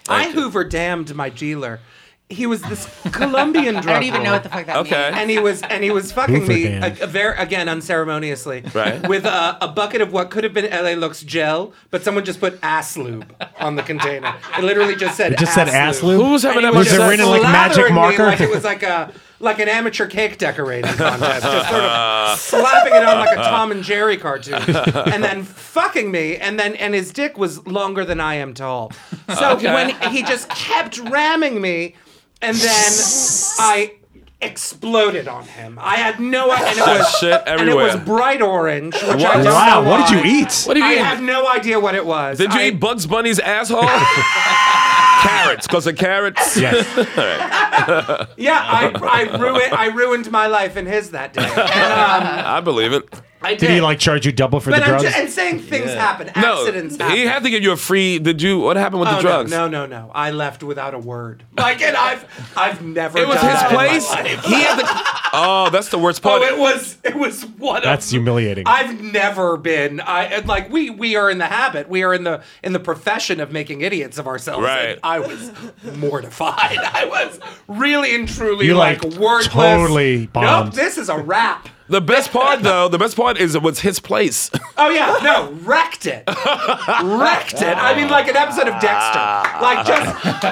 I Hoover damned my dealer. He was this Colombian drug. *laughs* I don't even know what the lord. fuck that Okay. means. and he was and he was fucking Hoover me Dan. a, very again unceremoniously Right. with a, a bucket of what could have been LA Lux gel, but someone just put ass lube on the container. It literally just said It just said ass lube. Who's having that And much was Was it sex? just written in like magic slathering me marker? Like it was like a like an amateur cake decorating contest, just sort of slapping it on like a Tom and Jerry cartoon, and then fucking me, and then and his dick was longer than I am tall, so when he just kept ramming me, and then I exploded on him. I had no idea. And it was Shit And it everywhere. was bright orange. Which I What? don't Wow, know what did you why. eat? What do I you have mean? no idea what it was. Did you I- eat Bugs Bunny's asshole? *laughs* carrots, because of carrots. Yes. *laughs* Yeah, I, I ruined I ruined my life and his that day. And, um, I believe it. I did. Did he like charge you double for But the I'm drugs? just, and saying things happen. No, Accidents happen. he had to give you a free. Did you? What happened with Oh, the drugs? No, no, no, no. I left without a word. Like, and I've, I've never. It was done his that in my place. life. He had the. Oh, that's the worst part. Oh, it was, it was one. That's of, humiliating. I've never been. I and like we we are in the habit. We are in the in the profession of making idiots of ourselves. Right. And I was mortified. *laughs* I was really and truly You, like, like, wordless. totally Nope, bombed. this is a wrap. the best part, though, the best part is it was his place. Oh yeah, no, wrecked it, wrecked it. I mean, like an episode of Dexter, like just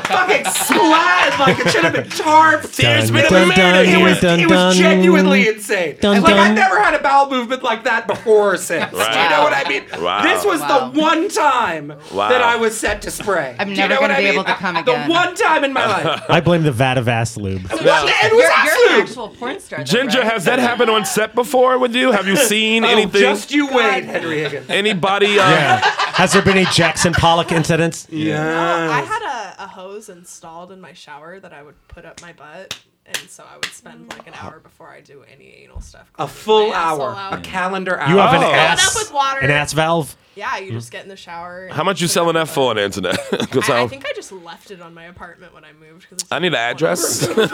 fucking slashed, like it should have been tarped. Dun, been a dun, man dun, here. It was, dun, it was dun. genuinely insane. Dun, and like I dun. never had a bowel movement like that before or since. Do you know what I mean? Wow. This was the one time Wow. that I was set to spray. I'm Do never you know gonna what I be mean? able to come again. The one time in my *laughs* life. I blame the vat of Vaseline. It was- it was you're, you're an absolute. actual porn star. though, Ginger, right? has that happened on set before with you? Have you seen Oh, anything? just you wait, Henry *laughs* Higgins. Anybody? Uh, Yeah. Has there been any Jackson Pollock incidents? I had a, a hose installed in my shower that I would put up my butt, and so I would spend like an hour before I do any anal stuff. Oh, A full My asshole hour, a out. calendar hour. You have an Oh. ass, Filled up with water. an ass valve. Yeah, you just get in the shower. and Mm-hmm. How much you put it selling up that for on your the internet? *laughs* butt. 'Cause I, I I'll- think I just left it on my apartment when I moved. 'cause it's I need an like- address. *laughs* I'm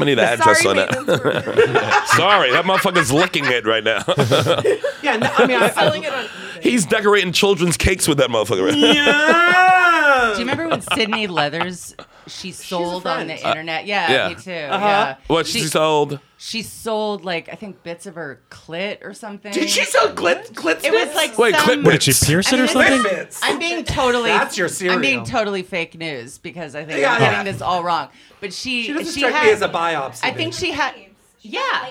gonna need an address Sorry, on that. maintenance worker. *laughs* Sorry, that motherfucker's licking it right now. *laughs* yeah, no, I mean, *laughs* I, selling it on eBay. He's decorating children's cakes with that motherfucker. Right now. Do you remember when Sydney Leathers she sold on the friend. internet? Yeah, yeah. me too. Uh-huh. Yeah. What she sold? She sold like I think bits of her clit or something. Did she sell clit, clits? It was like Wait, some, clit What did she Bits. pierce I it mean, or it's something? bits. I'm being totally. That's your I'm being cereal. totally fake news because I think Yeah, I'm yeah. getting this all wrong. But she She she, doesn't strike had, me as a biopsy. I think bitch. she had. Yeah.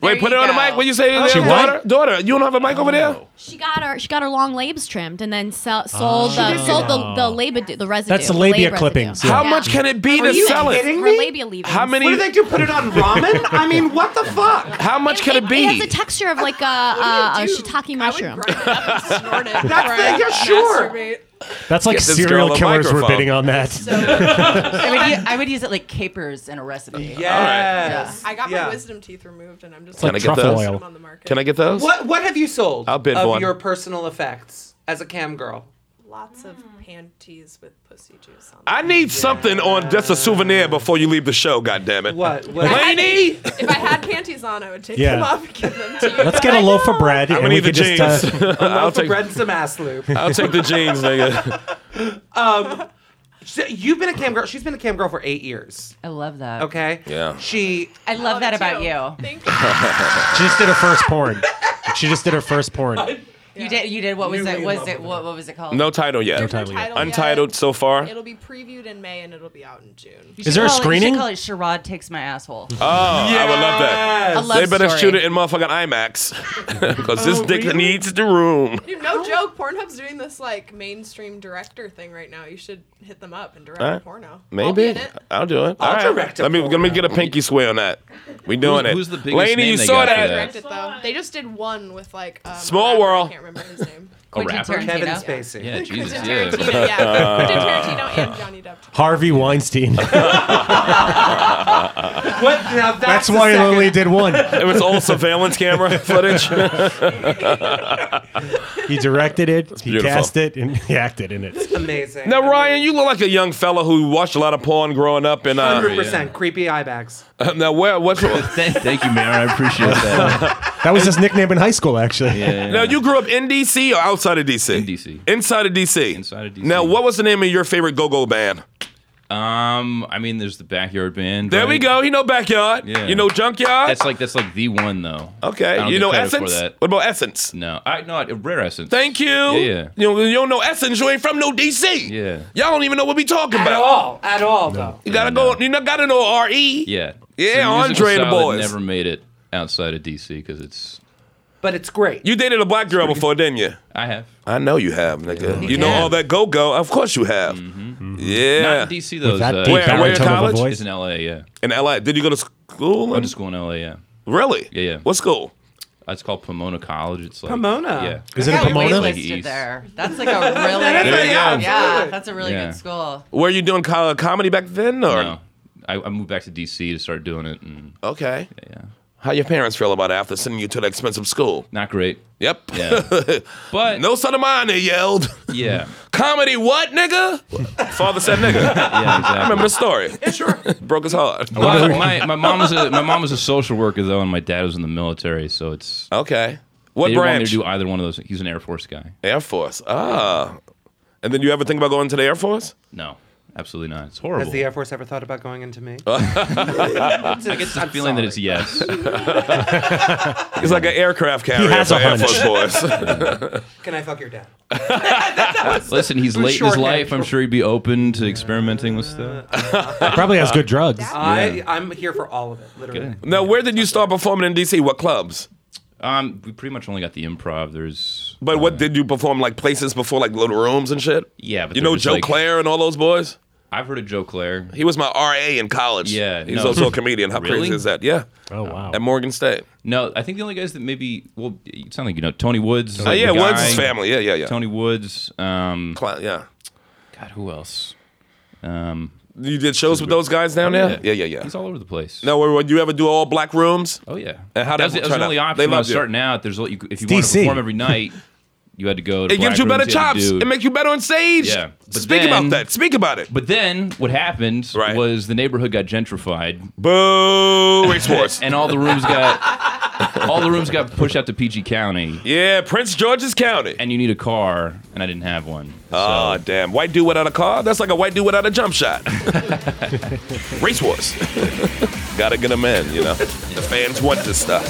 Wait, There put it you on the go. mic. What you say? She what? daughter, daughter, you don't have a mic over there. She got her she got her long labes trimmed and then sell, *laughs* sold the sold the, the labia the residue. Oh, That's the labia labe clippings, residue. yeah. How much can it be to you sell it? kidding? Or me? labia leavings. How many? What do they do? Put it on ramen? I mean, what the fuck? How much can it be? It has the texture of like a, a, a shiitake mushroom. grind it up and snort it. before That's I the- yeah, sure. masturbate. That's like Get this girl serial a killers were microphone. bidding on that. I would, u- I would use it like capers in a recipe. Yes. I got Yeah. my wisdom teeth removed, and I'm just like Can I get truffle those? oil. them on the market. Can I get those? What What have you sold I'll bid of one. your personal effects as a cam girl? Lots of panties with pussy juice on. them. I need something on just a souvenir before you leave the show. God damn it! What? what Laney? if I had panties on, I would take Yeah. them off and give them to you. Let's get a loaf of bread I'm and gonna we need the could just. jeans. Uh, I'll Loaf of take. *laughs* bread and some ass lube. I'll take the jeans, nigga. So You've been a cam girl. She's been a cam girl for eight years. I love that. Okay. Yeah. She. I love that about you. Thank you. *laughs* she just did her first porn. She just did her first porn. You did. You did. What was Newly it? in Was love it? with What, what was it called? No title yet. title. Untitled yet. Untitled so far. Yet. It'll be previewed in May and it'll be out in June. You Is should there a call it- screening? you should call it Sherrod takes my asshole. Oh, I would love uh, that. I love they better story. shoot it in motherfucking IMAX *laughs* because Oh, this dick needs the room. Dude, no joke. Pornhub's doing this like mainstream director thing right now. You should hit them up and direct All a right. porno. I'll be Maybe in it. I'll do it. All direct a Let me let me get a pinky swear on that. We doing Who's- it. who's the biggest Laney, name you they saw got for that. that? Direct it though. They just did one with like um, Small rapper, World. I can't remember his name. *laughs* Quentin rapper? Tarantino. Kevin Spacey. Yeah, Jesus. Quentin Yeah. Tarantino, yeah. *laughs* Quentin Tarantino and Johnny Depp. *laughs* Harvey Weinstein. What? Now that's, That's the why I second- only did one. It was all surveillance *laughs* camera footage. He directed it, he beautiful. cast it, and he acted in it. Amazing. now, Ryan, you look like a young fella who watched a lot of porn growing up. And Hundred uh, percent creepy eye bags. *laughs* now, where what's *laughs* Thank, thank you, Mayor. I appreciate *laughs* that. That was his nickname in high school, actually. Yeah. now you grew up in DC or outside of DC? In DC. Inside of DC. Inside of DC. Now, what was the name of your favorite go-go band? Um, I mean, there's the backyard band. There we right? go. You know backyard. Yeah. You know junkyard. That's like that's like the one though. I okay. don't You get know credit essence. For that. What about essence? No, I no I- rare essence. Thank you. yeah. You, know, you don't know essence. You ain't from no DC. Yeah. Y'all don't even know what we talking At about. all. At all though. You gotta go. You not gotta know re. Yeah. Yeah, Some musical Andre and the style that Boys. Never made it outside of DC because it's But it's great. You dated a black girl before, didn't you? I have I know you have, nigga. You know Yeah. all that go go. Of course you have. Yeah. Mm-hmm. not in DC though. That it's, deep Where- uh, where in baritone of a college? it's voice. in LA. Yeah, in LA. Did you go to school? went to school in LA. Yeah, Really? Yeah, yeah. What school? it's called Pomona College. It's like Pomona. Yeah, Is it in Got Pomona? Like waitlisted East. there. That's *laughs* like a really There you yeah, go. that's a really Yeah. good school. Were you doing co- comedy back then? Or no, I, I moved back to DC to start doing it, and okay. yeah, How your parents feel about it after sending you to an expensive school? Not great. Yep. Yeah. *laughs* But no son of mine, they yelled. yeah. Comedy what, nigga? Father said nigga. Yeah, *laughs* exactly. I remember the story. sure. Broke his heart. my, my, my mom was a my mom was a social worker though, and my dad was in the military, so it's Okay. Uh, What they didn't want me branch? to do either one of those. He's an Air Force guy. Air Force. Ah. And then you ever think about going to the Air Force? No, absolutely not. It's horrible. Has the Air Force ever thought about going into me? *laughs* I get the feeling that it's yes. *laughs* It's like an aircraft carrier has for a Air hunch. Force *laughs* boys. Can I fuck your dad? Listen, he's late in his shorthand. life. I'm sure he'd be open to experimenting with stuff. Probably Uh, has good drugs. I, I'm here for all of it, literally. now, where did you start performing in DC? What clubs? Um, we pretty much only got the improv. There's But what did you perform like places before, like little rooms and shit? Uh, Yeah, but you there know was, Joe like- Claire and all those boys. I've heard of Joe Claire. He was my RA in college. Yeah, he's no. also a comedian. How Really? crazy is that? Yeah, Oh wow. at Morgan State. No, I think the only guys that maybe well, you sound like you know Tony Woods. Oh yeah, the Woods' guy. family. Yeah, yeah, yeah. Tony Woods. Um, Cla- yeah. God, who else? Um, You did shows with those guys down there? Yeah, yeah, yeah. He's all over the place. now, were, would you ever do all black rooms? Oh yeah. And how'd that was, that that was turn the only out? option They when I loved was you. starting out. There's all- you, if you It's want to DC. perform every night, you had to go. To It gives black you better rooms, had to chops. do- It makes you better on stage. Yeah, but Speak then- about that. Speak about it. but then what happened Right. was the neighborhood got gentrified, Boo! Race horse. *laughs* and all the rooms got all the rooms got pushed out to PG County, yeah, Prince George's County. and you need a car, and I didn't have one. Oh, damn. White dude without a car? That's like a white dude without a jump *laughs* shot. Race *laughs* wars. Gotta get them in, you know? The fans want this stuff.